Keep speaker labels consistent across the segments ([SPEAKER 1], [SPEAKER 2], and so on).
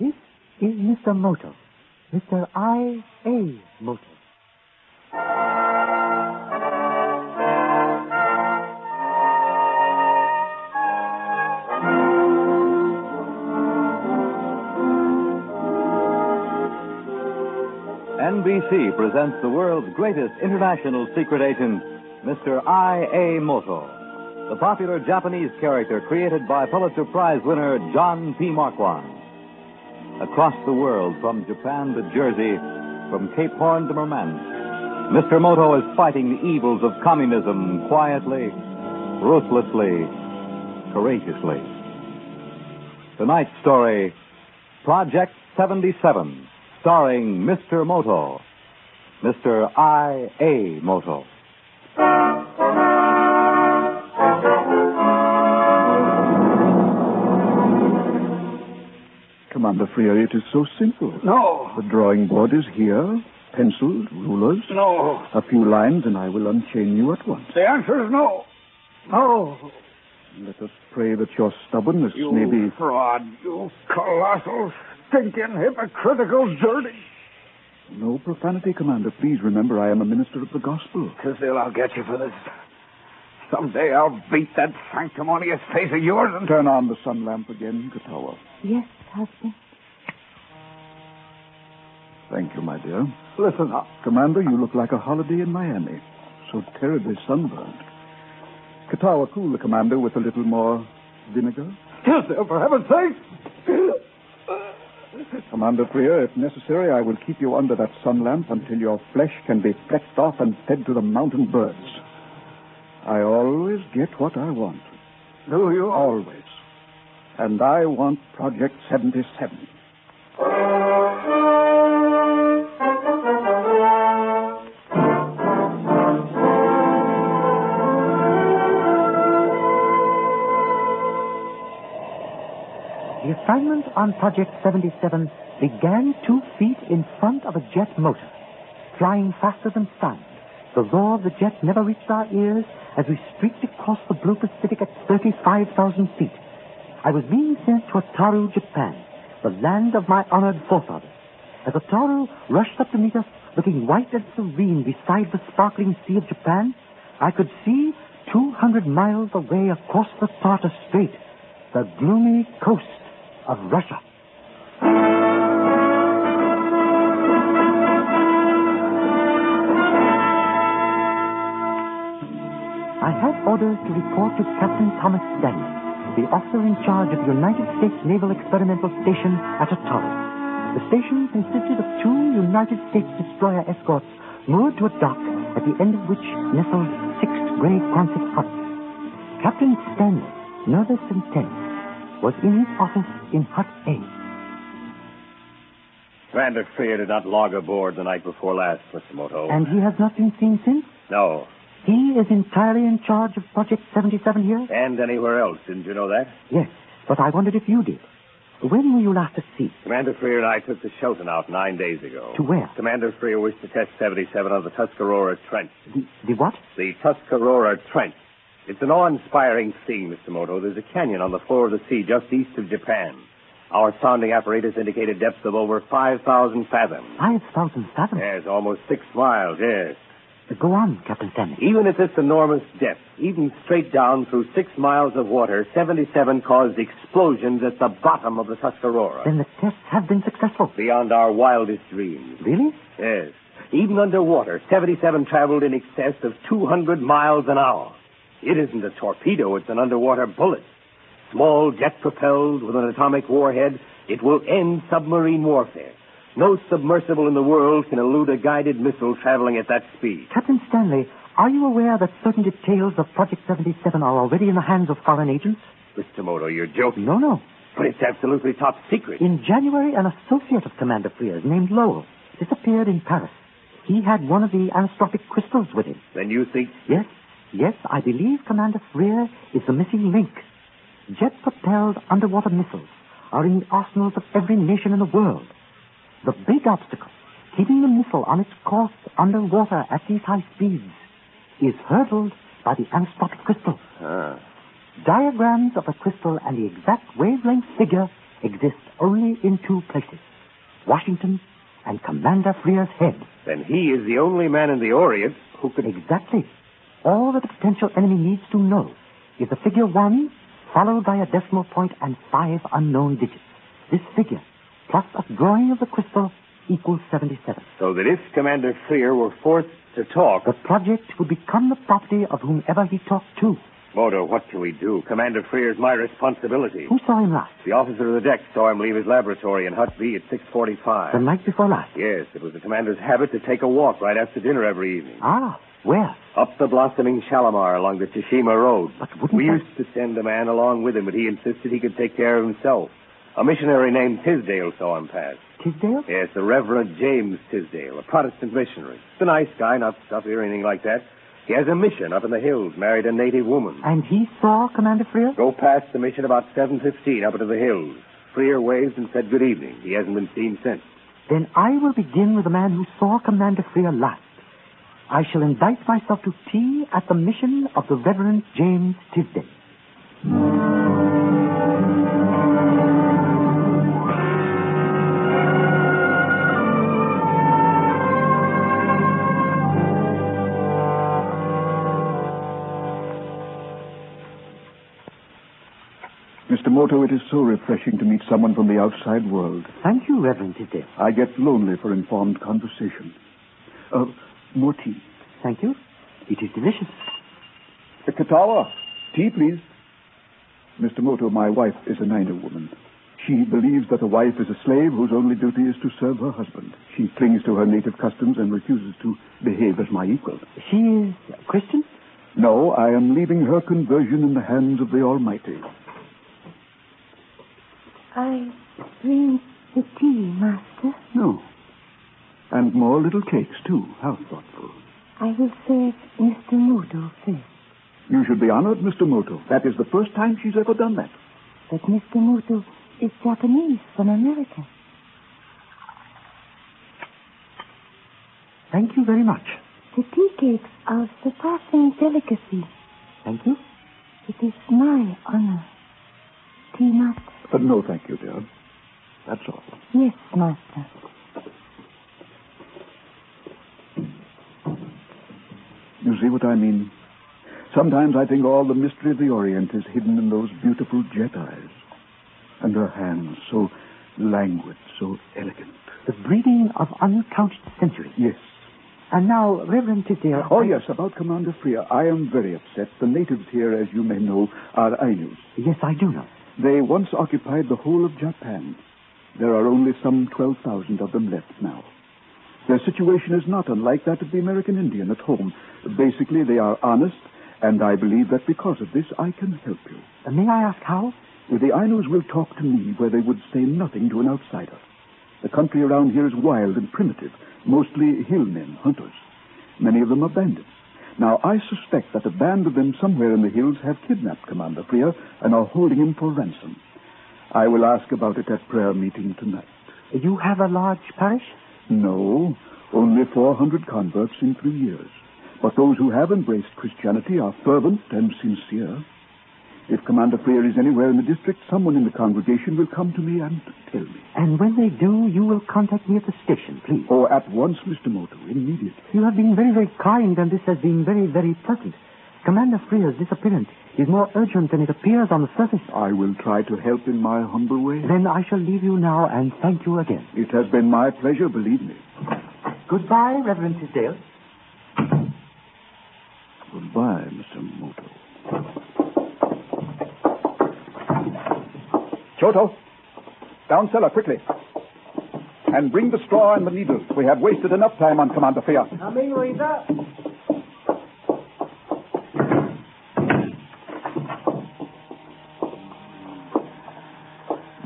[SPEAKER 1] is Mr. Moto. Mr. I. A. Moto.
[SPEAKER 2] NBC presents the world's greatest international secret agent, Mr. I.A. Moto, the popular Japanese character created by Pulitzer Prize winner John P. Marquand. Across the world, from Japan to Jersey, from Cape Horn to Murmansk, Mr. Moto is fighting the evils of communism quietly, ruthlessly, courageously. Tonight's story Project 77 starring Mr. Moto, Mr. I. A. Moto.
[SPEAKER 3] Commander Freer, it is so simple.
[SPEAKER 4] No,
[SPEAKER 3] The drawing board is here, pencils, rulers.
[SPEAKER 4] no.
[SPEAKER 3] A few lines, and I will unchain you at once.
[SPEAKER 4] The answer is no. No.
[SPEAKER 3] Let us pray that your stubbornness
[SPEAKER 4] You
[SPEAKER 3] may be.
[SPEAKER 4] fraud. You colossal, stinking, hypocritical, dirty.
[SPEAKER 3] No profanity, Commander. Please remember I am a minister of the gospel.
[SPEAKER 4] Tisdale, I'll get you for this. Someday I'll beat that sanctimonious face of yours and...
[SPEAKER 3] Turn on the sun lamp again, Katawa.
[SPEAKER 5] Yes, husband.
[SPEAKER 3] Thank you, my dear.
[SPEAKER 4] Listen up.
[SPEAKER 3] Commander, you look like a holiday in Miami. So terribly sunburned. Katawa, cool the commander with a little more vinegar.
[SPEAKER 4] Tisdale, for heaven's sake.
[SPEAKER 3] Commander Freer, if necessary, I will keep you under that sun lamp until your flesh can be flecked off and fed to the mountain birds. I always get what I want.
[SPEAKER 4] Do you?
[SPEAKER 3] Always. And I want Project 77.
[SPEAKER 1] The assignment on Project 77 began two feet in front of a jet motor, flying faster than sound. The roar of the jet never reached our ears as we streaked across the blue Pacific at 35,000 feet. I was being sent to Otaru, Japan, the land of my honored forefathers. As Otaru rushed up to meet us, looking white and serene beside the sparkling sea of Japan, I could see 200 miles away across the Tartar Strait, the gloomy coast of Russia. I had orders to report to Captain Thomas Daniel, the officer in charge of the United States Naval Experimental Station at Otaru. The station consisted of two United States destroyer escorts moored to a dock at the end of which nestled six gray Quonset huts. Captain Stanley, nervous and tense, was in his office in Hut A.
[SPEAKER 2] Commander Freer did not log aboard the night before last, Mr. Moto.
[SPEAKER 1] And he has not been seen since?
[SPEAKER 2] No.
[SPEAKER 1] He is entirely in charge of Project 77 here?
[SPEAKER 2] And anywhere else, didn't you know that?
[SPEAKER 1] Yes, but I wondered if you did. When were you last at sea?
[SPEAKER 2] Commander Freer and I took the Shelton out nine days ago.
[SPEAKER 1] To where?
[SPEAKER 2] Commander Freer wished to test 77 on the Tuscarora Trench.
[SPEAKER 1] The, the what?
[SPEAKER 2] The Tuscarora Trench. It's an awe-inspiring scene, Mr. Moto. There's a canyon on the floor of the sea just east of Japan. Our sounding apparatus indicated depths of over 5,000 fathoms.
[SPEAKER 1] 5,000 fathoms.
[SPEAKER 2] Yes, almost six miles, yes.
[SPEAKER 1] Go on, Captain Stanley.
[SPEAKER 2] Even at this enormous depth, even straight down through six miles of water, 77 caused explosions at the bottom of the Tuscarora.
[SPEAKER 1] Then the tests have been successful.
[SPEAKER 2] Beyond our wildest dreams.
[SPEAKER 1] Really?
[SPEAKER 2] Yes. Even underwater, 77 traveled in excess of 200 miles an hour. It isn't a torpedo, it's an underwater bullet. Small, jet propelled with an atomic warhead, it will end submarine warfare. No submersible in the world can elude a guided missile traveling at that speed.
[SPEAKER 1] Captain Stanley, are you aware that certain details of Project 77 are already in the hands of foreign agents?
[SPEAKER 2] Mr. Moto, you're joking.
[SPEAKER 1] No, no.
[SPEAKER 2] But it's absolutely top secret.
[SPEAKER 1] In January, an associate of Commander Freer's named Lowell disappeared in Paris. He had one of the anastrophic crystals with him.
[SPEAKER 2] Then you think
[SPEAKER 1] Yes, yes, I believe Commander Freer is the missing link. Jet propelled underwater missiles are in the arsenals of every nation in the world. The big obstacle, keeping the missile on its course underwater at these high speeds, is hurdled by the anastrophic crystal.
[SPEAKER 2] Ah.
[SPEAKER 1] Diagrams of the crystal and the exact wavelength figure exist only in two places Washington, and Commander Frere's head.
[SPEAKER 2] Then he is the only man in the Orient who could.
[SPEAKER 1] Exactly. All that the potential enemy needs to know is the figure one, followed by a decimal point and five unknown digits. This figure, plus a drawing of the crystal, equals 77.
[SPEAKER 2] So that if Commander Freer were forced to talk.
[SPEAKER 1] The project would become the property of whomever he talked to.
[SPEAKER 2] Moto, what can we do? Commander Freer is my responsibility.
[SPEAKER 1] Who saw him last?
[SPEAKER 2] The officer of the deck saw him leave his laboratory in Hut B at 6.45.
[SPEAKER 1] The night before last.
[SPEAKER 2] Yes, it was the commander's habit to take a walk right after dinner every evening.
[SPEAKER 1] Ah, where?
[SPEAKER 2] Up the blossoming Shalimar along the Tsushima Road.
[SPEAKER 1] But wouldn't
[SPEAKER 2] We
[SPEAKER 1] that-
[SPEAKER 2] used to send a man along with him, but he insisted he could take care of himself. A missionary named Tisdale saw him pass.
[SPEAKER 1] Tisdale?
[SPEAKER 2] Yes, the Reverend James Tisdale, a Protestant missionary. He's a nice guy, not stuffy or anything like that. He has a mission up in the hills, married a native woman.
[SPEAKER 1] And he saw Commander Freer?
[SPEAKER 2] Go past the mission about 7.15 up into the hills. Freer waved and said good evening. He hasn't been seen since.
[SPEAKER 1] Then I will begin with the man who saw Commander Freer last. I shall invite myself to tea at the mission of the Reverend James Tisdale.
[SPEAKER 3] Mr. Moto, it is so refreshing to meet someone from the outside world.
[SPEAKER 1] Thank you, Reverend Tisdale.
[SPEAKER 3] I get lonely for informed conversation. Uh, more tea.
[SPEAKER 1] Thank you. It is delicious.
[SPEAKER 3] Uh, Katawa, tea, please. Mr. Moto, my wife is a Nina woman. She believes that a wife is a slave whose only duty is to serve her husband. She clings to her native customs and refuses to behave as my equal.
[SPEAKER 1] She is Christian?
[SPEAKER 3] No, I am leaving her conversion in the hands of the Almighty.
[SPEAKER 6] I bring the tea, Master.
[SPEAKER 3] No. And more little cakes, too. How thoughtful.
[SPEAKER 6] I will serve Mr. Modo first.
[SPEAKER 3] You should be honored, Mr. Moto. That is the first time she's ever done that.
[SPEAKER 6] But Mr. Modo is Japanese from America.
[SPEAKER 1] Thank you very much.
[SPEAKER 6] The tea cakes are surpassing delicacy.
[SPEAKER 1] Thank you.
[SPEAKER 6] It is my honor. Tea, Master?
[SPEAKER 3] But no, thank you, dear. That's all.
[SPEAKER 6] Yes, Master.
[SPEAKER 3] You see what I mean? Sometimes I think all the mystery of the Orient is hidden in those beautiful jet eyes. And her hands, so languid, so elegant.
[SPEAKER 1] The breeding of uncounted centuries.
[SPEAKER 3] Yes.
[SPEAKER 1] And now, Reverend Tisdale.
[SPEAKER 3] Oh,
[SPEAKER 1] I-
[SPEAKER 3] yes, about Commander Freer. I am very upset. The natives here, as you may know, are Ainus.
[SPEAKER 1] Yes, I do know.
[SPEAKER 3] They once occupied the whole of Japan. There are only some 12,000 of them left now. Their situation is not unlike that of the American Indian at home. Basically, they are honest, and I believe that because of this, I can help you.
[SPEAKER 1] Uh, May I ask how?
[SPEAKER 3] The Ainos will talk to me where they would say nothing to an outsider. The country around here is wild and primitive, mostly hillmen, hunters. Many of them are bandits. Now, I suspect that a band of them somewhere in the hills have kidnapped Commander Freer and are holding him for ransom. I will ask about it at prayer meeting tonight.
[SPEAKER 1] You have a large parish?
[SPEAKER 3] No, only 400 converts in three years. But those who have embraced Christianity are fervent and sincere. If Commander Freer is anywhere in the district, someone in the congregation will come to me and tell me.
[SPEAKER 1] And when they do, you will contact me at the station, please.
[SPEAKER 3] Oh, at once, Mr. Moto, immediately.
[SPEAKER 1] You have been very, very kind, and this has been very, very pleasant. Commander Frere's disappearance is more urgent than it appears on the surface.
[SPEAKER 3] I will try to help in my humble way.
[SPEAKER 1] Then I shall leave you now and thank you again.
[SPEAKER 3] It has been my pleasure, believe me.
[SPEAKER 1] Goodbye, Reverend Tisdale.
[SPEAKER 3] Goodbye, Mr. Moto. Choto, down cellar quickly. And bring the straw and the needles. We have wasted enough time on Commander Freya.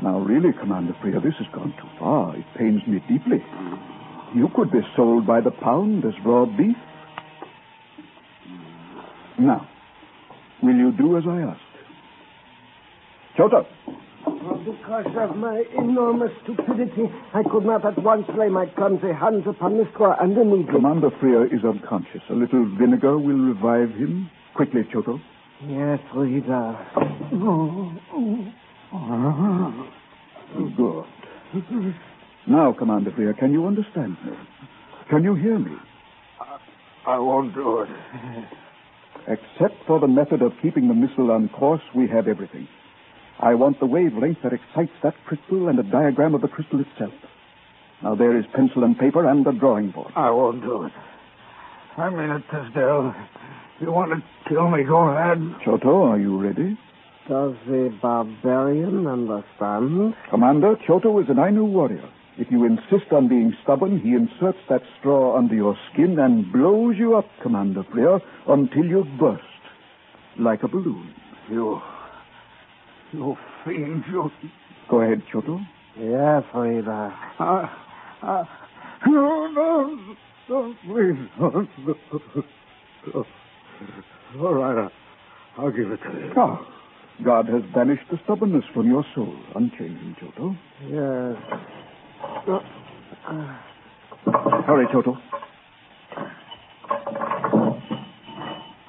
[SPEAKER 3] Now, really, Commander Freya, this has gone too far. It pains me deeply. You could be sold by the pound as raw beef. Now, will you do as I asked? Chota,
[SPEAKER 4] Because of Oh, my enormous stupidity, I could not at once lay my clumsy hands upon the score and the needle.
[SPEAKER 3] Commander Freer is unconscious. A little vinegar will revive him. Quickly, Choto.
[SPEAKER 4] Yes, Rita.
[SPEAKER 3] Good. Now, Commander Freer, can you understand me? Can you hear me?
[SPEAKER 7] I won't do it.
[SPEAKER 3] Except for the method of keeping the missile on course, we have everything. I want the wavelength that excites that crystal and a diagram of the crystal itself. Now, there is pencil and paper and the drawing board.
[SPEAKER 7] I won't do it. I mean it, Tisdale. You want to kill me, go ahead.
[SPEAKER 3] Choto, are you ready?
[SPEAKER 4] Does the barbarian understand?
[SPEAKER 3] Commander, Choto is an Ainu warrior. If you insist on being stubborn, he inserts that straw under your skin and blows you up, Commander Freer, until you burst like a balloon.
[SPEAKER 7] You. You fiend, you.
[SPEAKER 3] Go ahead, Choto.
[SPEAKER 4] Yes, Frida.
[SPEAKER 7] Uh, uh, no, no, don't, please. No, no. All right, I'll, I'll give it to you.
[SPEAKER 3] Oh, God has banished the stubbornness from your soul. Unchanging, Choto.
[SPEAKER 4] Yes. Uh, uh.
[SPEAKER 3] Hurry, Toto.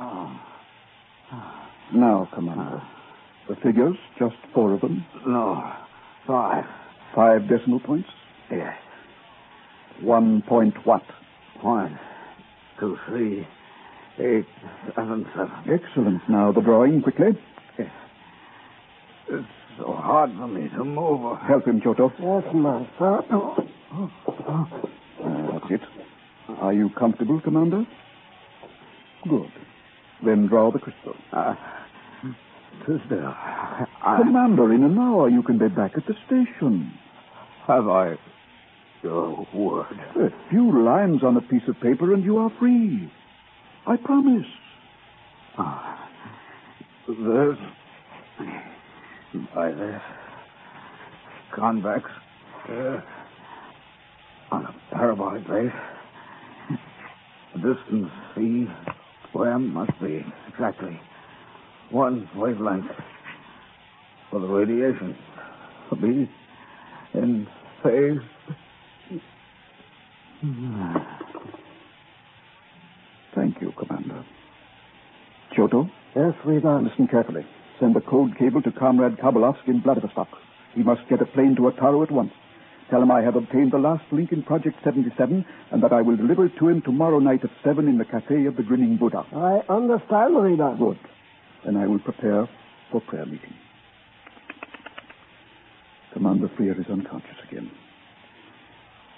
[SPEAKER 7] Oh. Oh.
[SPEAKER 3] Now, Commander. The figures, just four of them?
[SPEAKER 7] No, five.
[SPEAKER 3] Five decimal points?
[SPEAKER 7] Yes.
[SPEAKER 3] One point what?
[SPEAKER 7] One, two, three, eight, seven, seven.
[SPEAKER 3] Excellent. Now, the drawing, quickly.
[SPEAKER 7] Yes. It's so hard for me to move.
[SPEAKER 3] Help him, Uh, Choto.
[SPEAKER 4] Yes, master. Oh.
[SPEAKER 3] Uh, that's it. Are you comfortable, Commander? Good. Then draw the crystal.
[SPEAKER 7] Uh, sister, I...
[SPEAKER 3] Commander, in an hour you can be back at the station.
[SPEAKER 7] Have I your word?
[SPEAKER 3] A few lines on a piece of paper and you are free. I promise.
[SPEAKER 7] Uh, there's by this convex uh, on a parabolic base. Distance C square must be exactly one wavelength for the radiation to be in phase.
[SPEAKER 3] Thank you, Commander. Choto?
[SPEAKER 4] Yes, we've done.
[SPEAKER 3] Listen carefully send a code cable to Comrade Kabalovsky in Vladivostok. He must get a plane to Otaru at once. Tell him I have obtained the last link in Project 77 and that I will deliver it to him tomorrow night at 7 in the Cafe of the Grinning Buddha.
[SPEAKER 4] I understand, Rita.
[SPEAKER 3] Good. Then I will prepare for prayer meeting. Commander Freer is unconscious again.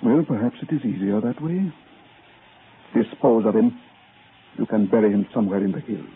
[SPEAKER 3] Well, perhaps it is easier that way. Dispose of him. You can bury him somewhere in the hills.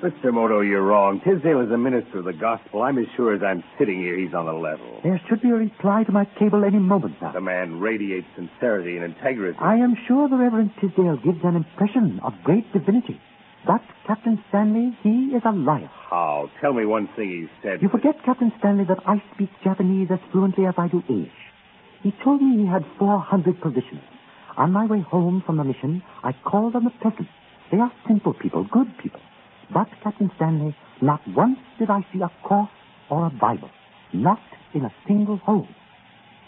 [SPEAKER 2] Mr. Moto, you're wrong. Tisdale is a minister of the gospel. I'm as sure as I'm sitting here he's on the level.
[SPEAKER 1] There should be a reply to my cable any moment now.
[SPEAKER 2] The man radiates sincerity and integrity.
[SPEAKER 1] I am sure the Reverend Tisdale gives an impression of great divinity. But Captain Stanley, he is a liar.
[SPEAKER 2] How? Tell me one thing he said.
[SPEAKER 1] You forget, Captain Stanley, that I speak Japanese as fluently as I do English. He told me he had 400 provisions. On my way home from the mission, I called on the peasants. They are simple people, good people. But, Captain Stanley, not once did I see a cross or a Bible. Not in a single home.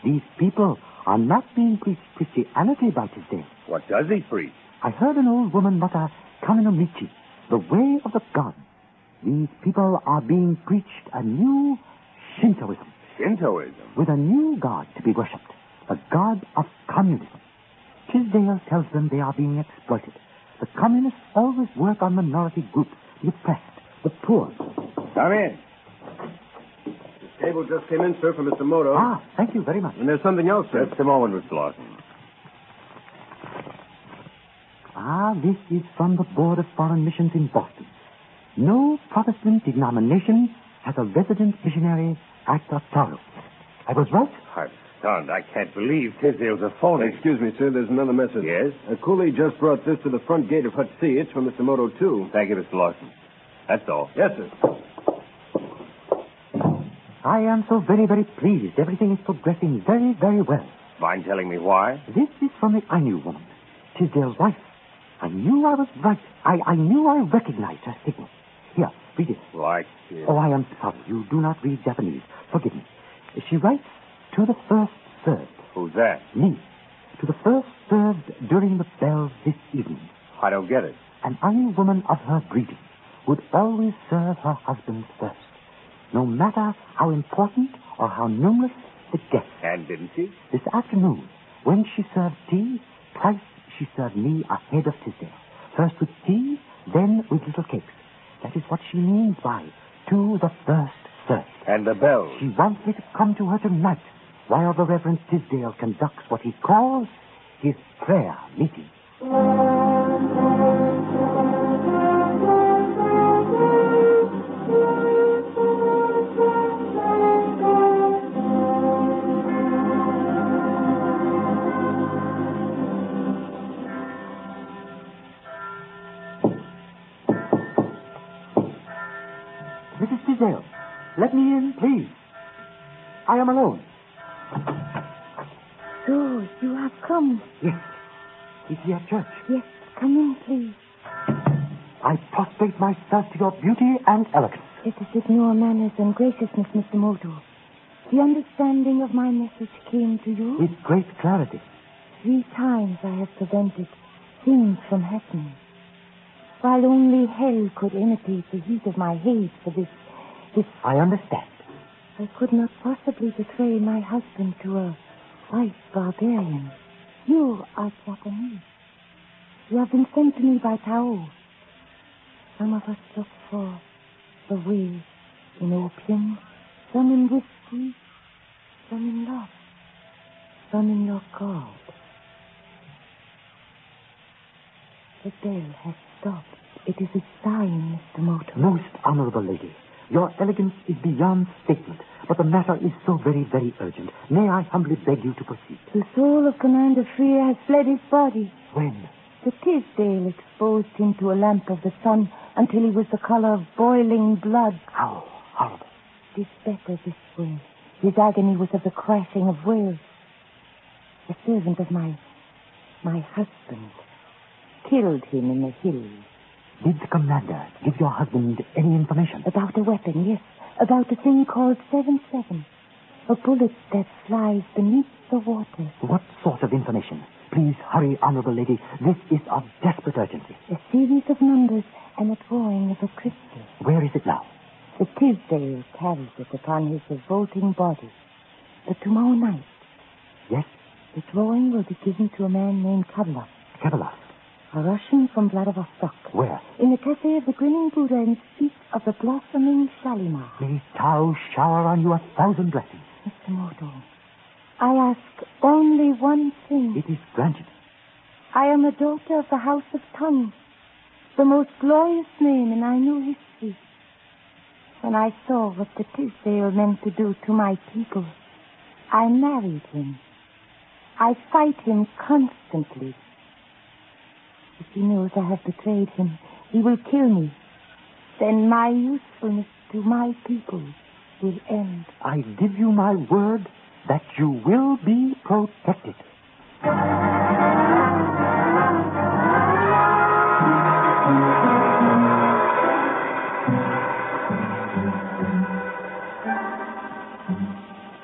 [SPEAKER 1] These people are not being preached Christianity by today.
[SPEAKER 2] What does he preach?
[SPEAKER 1] I heard an old woman mutter, Kaminomichi, the way of the gods. These people are being preached a new Shintoism.
[SPEAKER 2] Shintoism?
[SPEAKER 1] With a new god to be worshipped, the god of communism. Tisdale tells them they are being exploited. The communists always work on minority groups the oppressed, the poor.
[SPEAKER 2] Come in.
[SPEAKER 8] The table just came in, sir, for Mr. Moto.
[SPEAKER 1] Ah, thank you very much.
[SPEAKER 8] And there's something else, sir.
[SPEAKER 2] Just a moment, Mr. Lawson.
[SPEAKER 1] Ah, this is from the Board of Foreign Missions in Boston. No Protestant denomination has a resident missionary at Otaru. I was right.
[SPEAKER 2] I'm stunned. I can't believe Tisdale's a phony.
[SPEAKER 8] Excuse me, sir. There's another message.
[SPEAKER 2] Yes?
[SPEAKER 8] A coolie just brought this to the front gate of Hut C. It's from Mr. Moto, too.
[SPEAKER 2] Thank you, Mr. Lawson. That's all.
[SPEAKER 8] Yes, sir.
[SPEAKER 1] I am so very, very pleased. Everything is progressing very, very well.
[SPEAKER 2] Mind telling me why?
[SPEAKER 1] This is from the Ainu woman, Tisdale's wife. I knew I was right. I, I knew I recognized her signal. Here, read it.
[SPEAKER 2] Right here.
[SPEAKER 1] Oh, I am sorry. You do not read Japanese. Forgive me. She writes, to the first third.
[SPEAKER 2] Who's that?
[SPEAKER 1] Me. To the first served during the bells this evening.
[SPEAKER 2] I don't get it.
[SPEAKER 1] An Aryan woman of her breeding would always serve her husband first, no matter how important or how numerous the guests.
[SPEAKER 2] And didn't she?
[SPEAKER 1] This afternoon, when she served tea, twice she served me a head of Tisdale. First with tea, then with little cakes. That is what she means by to the first served.
[SPEAKER 2] And the bell.
[SPEAKER 1] She wants me to come to her tonight while the Reverend Tisdale conducts what he calls his prayer meeting. Mrs. Tisdale, let me in, please. I am alone.
[SPEAKER 6] So, you have come.
[SPEAKER 1] Yes. Is he at church?
[SPEAKER 6] Yes. Come in, please.
[SPEAKER 1] I prostrate myself to your beauty and elegance.
[SPEAKER 6] Let us ignore manners and graciousness, Mr. Moto. The understanding of my message came to you.
[SPEAKER 1] With great clarity.
[SPEAKER 6] Three times I have prevented things from happening. While only hell could imitate the heat of my hate for this, this...
[SPEAKER 1] I understand.
[SPEAKER 6] I could not possibly betray my husband to a white barbarian. You are Japanese. You have been sent to me by Tao. Some of us look for the way in opium, some in whiskey, some in love, some in your God. The bell has stopped. It is a sign, Mr. Moto.
[SPEAKER 1] Most honorable lady, your elegance is beyond statement, but the matter is so very, very urgent. May I humbly beg you to proceed?
[SPEAKER 6] The soul of Commander Freer has fled his body.
[SPEAKER 1] When?
[SPEAKER 6] The Tisdale exposed him to a lamp of the sun until he was the color of boiling blood.
[SPEAKER 1] How horrible.
[SPEAKER 6] It is better this way. His agony was of the crashing of wills. A servant of my, my husband killed him in the hills.
[SPEAKER 1] Did the commander give your husband any information?
[SPEAKER 6] About a weapon, yes. About a thing called 7-7. A bullet that flies beneath the water.
[SPEAKER 1] What sort of information? Please hurry, honorable lady. This is of desperate urgency.
[SPEAKER 6] A series of numbers and a drawing of a crystal.
[SPEAKER 1] Where is it now?
[SPEAKER 6] The Tisdale carries it upon his revolting body. But tomorrow night...
[SPEAKER 1] Yes?
[SPEAKER 6] The drawing will be given to a man named Kabalov.
[SPEAKER 1] Kabalov?
[SPEAKER 6] A Russian from Vladivostok.
[SPEAKER 1] Where?
[SPEAKER 6] In the cafe of the Grinning Buddha in speech of the blossoming Shalimar.
[SPEAKER 1] May Tao shower on you a thousand blessings.
[SPEAKER 6] Mr. Mordo, I ask only one thing.
[SPEAKER 1] It is granted.
[SPEAKER 6] I am a daughter of the House of Tongues, the most glorious name in I knew history. When I saw what the Tisdale meant to do to my people, I married him. I fight him constantly. If he knows I have betrayed him, he will kill me. Then my usefulness to my people will end.
[SPEAKER 1] I give you my word that you will be protected.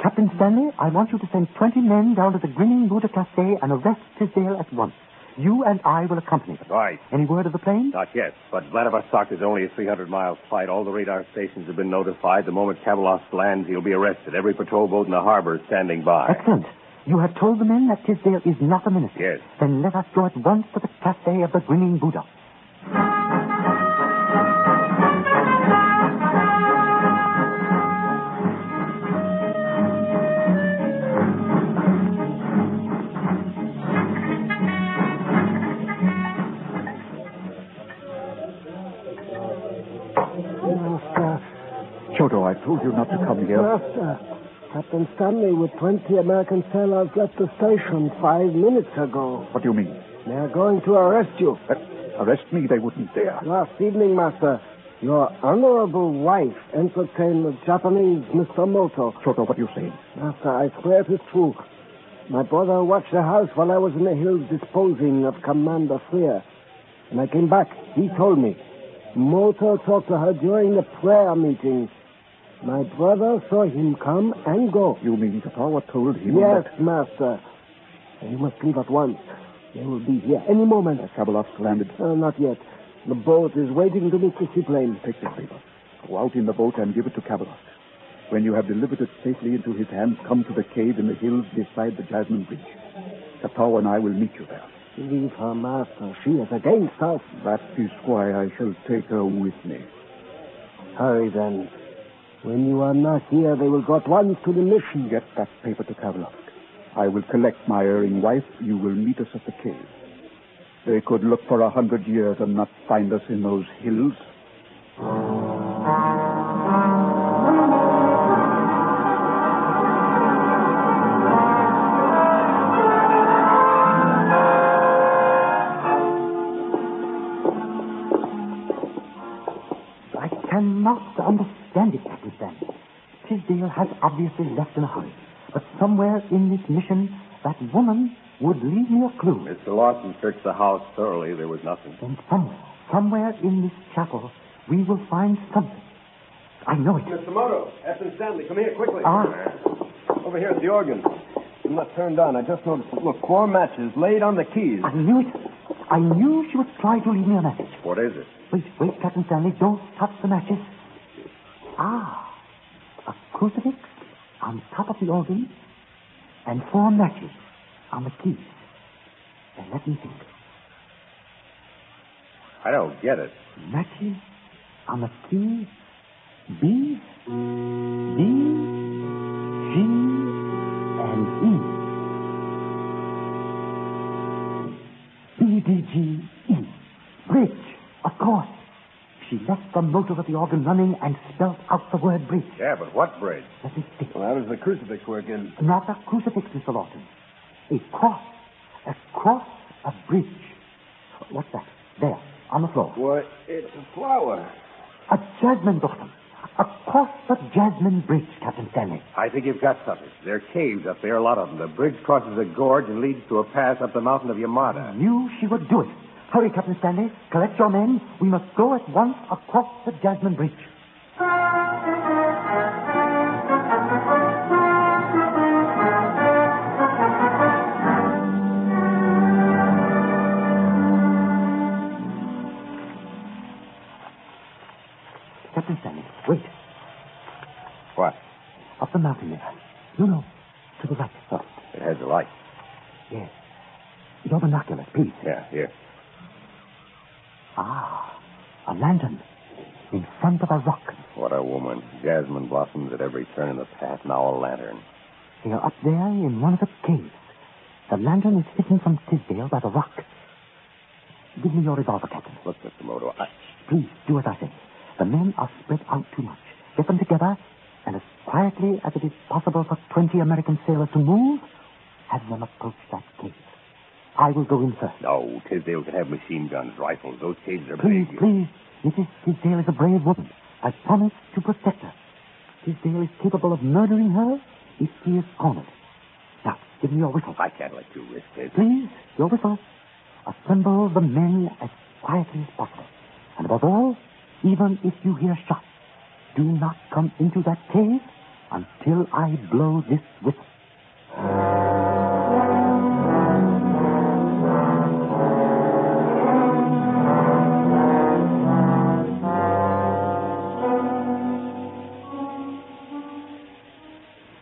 [SPEAKER 1] Captain Stanley, I want you to send 20 men down to the Grinning Buddha Cafe and arrest Tisdale at once. You and I will accompany them.
[SPEAKER 2] Right.
[SPEAKER 1] Any word of the plane?
[SPEAKER 2] Not yet, but Vladivostok is only a 300 mile flight. All the radar stations have been notified. The moment Kavalovsk lands, he'll be arrested. Every patrol boat in the harbor is standing by.
[SPEAKER 1] Excellent. You have told the men that Tisdale is not a menace.
[SPEAKER 2] Yes.
[SPEAKER 1] Then let us go at once to the cafe of the Grinning Buddha.
[SPEAKER 3] Chodo, I told you not to come here.
[SPEAKER 4] Master, Captain Stanley with 20 American sailors left the station five minutes ago.
[SPEAKER 3] What do you mean?
[SPEAKER 4] They are going to arrest you.
[SPEAKER 3] Uh, arrest me? They wouldn't dare.
[SPEAKER 4] Last evening, Master, your honorable wife entertained the Japanese Mr. Moto.
[SPEAKER 3] Chodo, what are you saying?
[SPEAKER 4] Master, I swear it is true. My brother watched the house while I was in the hills disposing of Commander Freer. When I came back, he told me. Moto talked to her during the prayer meeting. My brother saw him come and go.
[SPEAKER 3] You mean Katawa told him
[SPEAKER 4] Yes,
[SPEAKER 3] that...
[SPEAKER 4] master. You must leave at once. They will be here any moment.
[SPEAKER 3] Has Kabalov landed?
[SPEAKER 4] Uh, not yet. The boat is waiting to meet the seaplane.
[SPEAKER 3] Take this paper. Go out in the boat and give it to Kabalov. When you have delivered it safely into his hands, come to the cave in the hills beside the Jasmine Bridge. Katow and I will meet you there.
[SPEAKER 4] Leave her, master. She is against us.
[SPEAKER 3] That is why I shall take her with me.
[SPEAKER 4] Hurry, then. When you are not here, they will go at once to the mission.
[SPEAKER 3] Get that paper to Kavalov. I will collect my erring wife. You will meet us at the cave. They could look for a hundred years and not find us in those hills.
[SPEAKER 1] I cannot understand it, Captain Stanley. Tisdale has obviously left in a hurry. But somewhere in this mission, that woman would leave me a clue.
[SPEAKER 2] Mr. Lawson searched the house thoroughly. There was nothing.
[SPEAKER 1] And somewhere, somewhere in this chapel, we will find something. I know it.
[SPEAKER 2] Mr. Moto, Captain Stanley, come here quickly.
[SPEAKER 1] Ah.
[SPEAKER 2] Over here at the organ. It's not turned on. I just noticed. it. Look, four matches laid on the keys.
[SPEAKER 1] I knew it. I knew she would try to leave me a message.
[SPEAKER 2] What is it?
[SPEAKER 1] Wait, wait, Captain Stanley. Don't touch the matches. Ah, a crucifix on top of the organ and four matches on the keys. And let me think.
[SPEAKER 2] I don't get it.
[SPEAKER 1] Matches on the keys. B, D, G, and E. B, D, G, E. Bridge, of course. She left the motor of the organ running and spelt out the word bridge.
[SPEAKER 2] Yeah, but what bridge?
[SPEAKER 1] Let me think.
[SPEAKER 2] Well, how does the crucifix work in?
[SPEAKER 1] Not a crucifix, Mr. Lawton. A cross. A cross, a bridge. What's that? There, on the floor.
[SPEAKER 2] Why, it's a flower.
[SPEAKER 1] A jasmine, Lawton. A cross, a jasmine bridge, Captain Stanley.
[SPEAKER 2] I think you've got something. There are caves up there, a lot of them. The bridge crosses a gorge and leads to a pass up the mountain of Yamada.
[SPEAKER 1] Knew she would do it. Hurry, Captain Stanley. Collect your men. We must go at once across the jasmine bridge. Captain Stanley, wait.
[SPEAKER 2] What?
[SPEAKER 1] Up the mountain there. No, no. To the right. Oh.
[SPEAKER 2] It has a light.
[SPEAKER 1] Yes. Your binoculars, please.
[SPEAKER 2] Yeah, here.
[SPEAKER 1] Ah, a lantern in front of a rock.
[SPEAKER 2] What a woman. Jasmine blossoms at every turn in the path, now a lantern.
[SPEAKER 1] They are up there in one of the caves. The lantern is hidden from Tisdale by the rock. Give me your revolver, Captain.
[SPEAKER 2] Look, Mr. Moto, I...
[SPEAKER 1] Please do as I say. The men are spread out too much. Get them together, and as quietly as it is possible for 20 American sailors to move, have them approach that cave. I will go in first.
[SPEAKER 2] No, Tisdale could have machine guns, rifles. Those caves are
[SPEAKER 1] Please,
[SPEAKER 2] big.
[SPEAKER 1] please, Mrs. Tisdale is a brave woman. I promise to protect her. Tisdale is capable of murdering her if she is cornered. Now, give me your whistle.
[SPEAKER 2] I can't let you risk this.
[SPEAKER 1] Please, your whistle. Assemble the men as quietly as possible. And above all, even if you hear shots, do not come into that cave until I blow this whistle.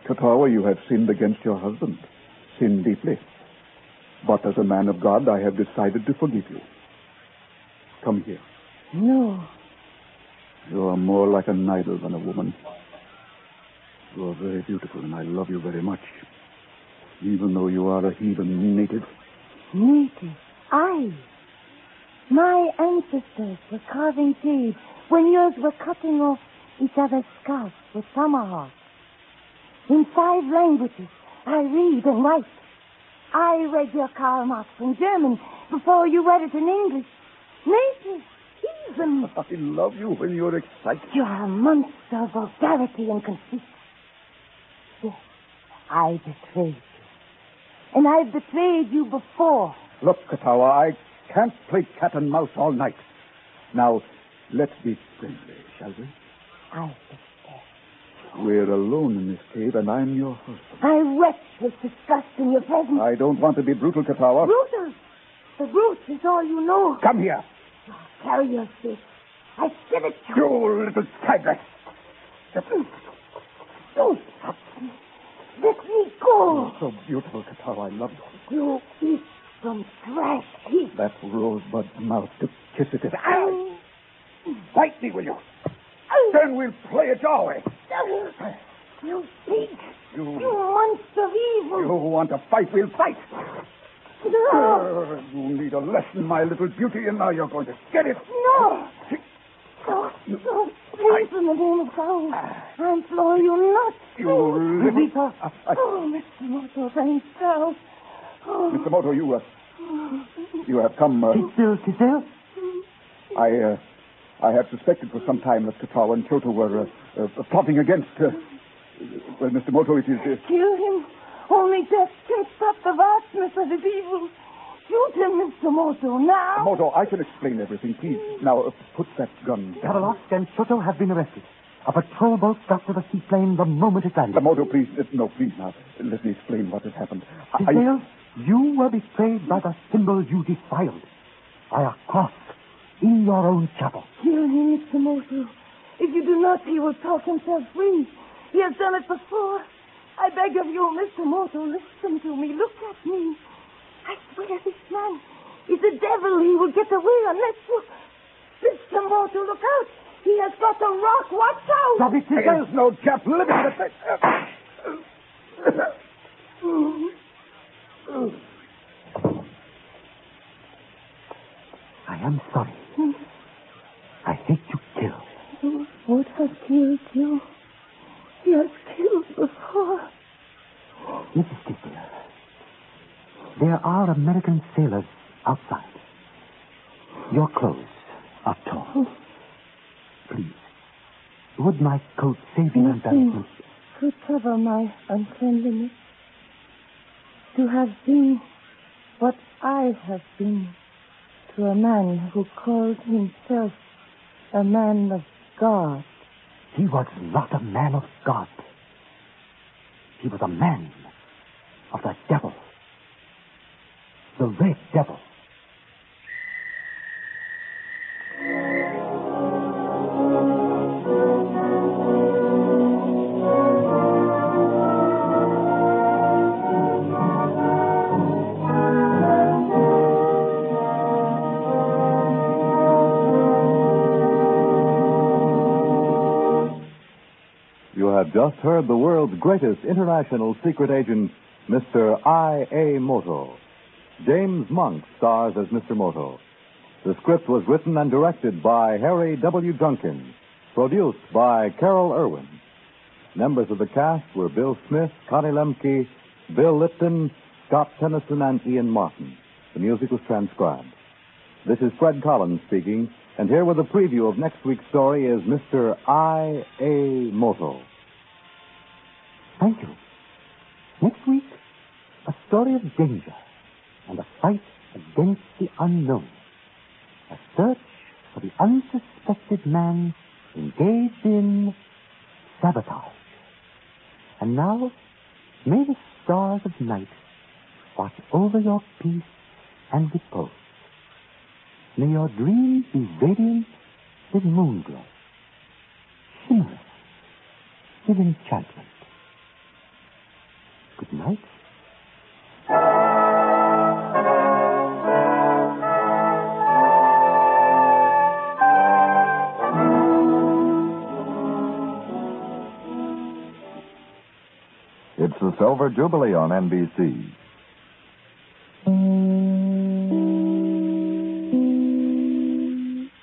[SPEAKER 3] Katawa, you have sinned against your husband. Sinned deeply. But as a man of God, I have decided to forgive you. Come here.
[SPEAKER 6] No.
[SPEAKER 3] You are more like an idol than a woman. You are very beautiful, and I love you very much. Even though you are a heathen native,
[SPEAKER 6] Native. I. My ancestors were carving trees when yours were cutting off each other's scalps with tomahawks. In five languages, I read and write. I read your Karl Marx in German before you read it in English. Native. Heathen.
[SPEAKER 3] I love you when you're excited.
[SPEAKER 6] You are a monster of vulgarity and conceit. Yes, I betrayed you. And I've betrayed you before.
[SPEAKER 3] Look, Katawa, I can't play cat and mouse all night. Now, let's be friendly, shall we?
[SPEAKER 6] I
[SPEAKER 3] We're alone in this cave, and I'm your husband.
[SPEAKER 6] I wept with disgust in your presence.
[SPEAKER 3] I don't want to be brutal, Katawa.
[SPEAKER 6] Brutal! the roots is all you know.
[SPEAKER 3] Come here,
[SPEAKER 6] Carry your fish. I give it to you.
[SPEAKER 3] you little tigress.
[SPEAKER 6] Don't touch me. Let me go.
[SPEAKER 3] So beautiful, Katara. I love you.
[SPEAKER 6] You eat some trash heap.
[SPEAKER 3] That rosebud mouth to kiss it is ours.
[SPEAKER 6] Oh,
[SPEAKER 3] Bite me, will you?
[SPEAKER 6] oh,
[SPEAKER 3] Then we'll play it our way.
[SPEAKER 6] oh, You pig. You
[SPEAKER 3] You,
[SPEAKER 6] monster of
[SPEAKER 3] you
[SPEAKER 6] evil.
[SPEAKER 3] want to fight, we'll fight.
[SPEAKER 6] No.
[SPEAKER 3] Uh, you need a lesson, my little beauty, and now you're going to get it.
[SPEAKER 6] No. Oh, oh, please, in the name of God. I implore you not.
[SPEAKER 3] You little...
[SPEAKER 1] Rosita,
[SPEAKER 3] I-
[SPEAKER 6] Oh, Mr. Moto, thank God. Oh,
[SPEAKER 3] Mr. Moto, you, uh, you have come. Uh,
[SPEAKER 1] Tisdale, Tisdale,
[SPEAKER 3] I, uh, I have suspected for some time that Katara and Kyoto were uh, uh, plotting against. Uh, well, Mr. Moto, it is. Uh,
[SPEAKER 6] kill him. Only death takes up the vastness of his evil. Shoot him, Mr. Moto, now.
[SPEAKER 3] uh, Moto, I can explain everything. Please, now, uh, put that gun down.
[SPEAKER 1] Kavalost and Soto have been arrested. A patrol boat got to the seaplane the moment it landed.
[SPEAKER 3] Moto, please. uh, no, please now. Let me explain what has happened. I- I-
[SPEAKER 1] Tisdale, you were betrayed by the symbol you defiled. By a cross in your own chapel.
[SPEAKER 6] Kill him, Mr. Moto. If you do not, he will talk himself free. He has done it before. I beg of you, Mr. Moto, listen to me. Look at me. I swear this man is a devil. He will get away unless you... Mr. Moto, look out. He has got a rock. Watch out.
[SPEAKER 1] Stop it, Tisdale.
[SPEAKER 3] There's no chap living that. that-
[SPEAKER 1] I am sorry.
[SPEAKER 6] Hmm?
[SPEAKER 1] I hate to kill.
[SPEAKER 6] You would have killed you. He has killed before.
[SPEAKER 1] Mrs. Tisdale, there are American sailors outside. Your clothes are torn. Please, would my coat save
[SPEAKER 6] Oh,
[SPEAKER 1] you embarrassment?
[SPEAKER 6] To cover my uncleanliness. To have been what I have been to a man who called himself a man of God.
[SPEAKER 1] He was not a man of God. He was a man of the devil. The red devil.
[SPEAKER 8] You have just heard the world's greatest international secret agent, Mr. I.A. Moto. James Monk stars as Mr. Moto. The script was written and directed by Harry W. Duncan, produced by Carol Irwin. Members of the cast were Bill Smith, Connie Lemke, Bill Lipton, Scott Tennyson, and Ian Martin. The music was transcribed. This is Fred Collins speaking, and here with a preview of next week's story is Mr. I.A. Moto.
[SPEAKER 1] Thank you. Next week, a story of danger and a fight against the unknown. A search for the unsuspected man engaged in sabotage. And now, may the stars of night watch over your peace and repose. May your dreams be radiant with moonglow, shimmering with enchantment. Good night.
[SPEAKER 8] It's the Silver Jubilee on NBC.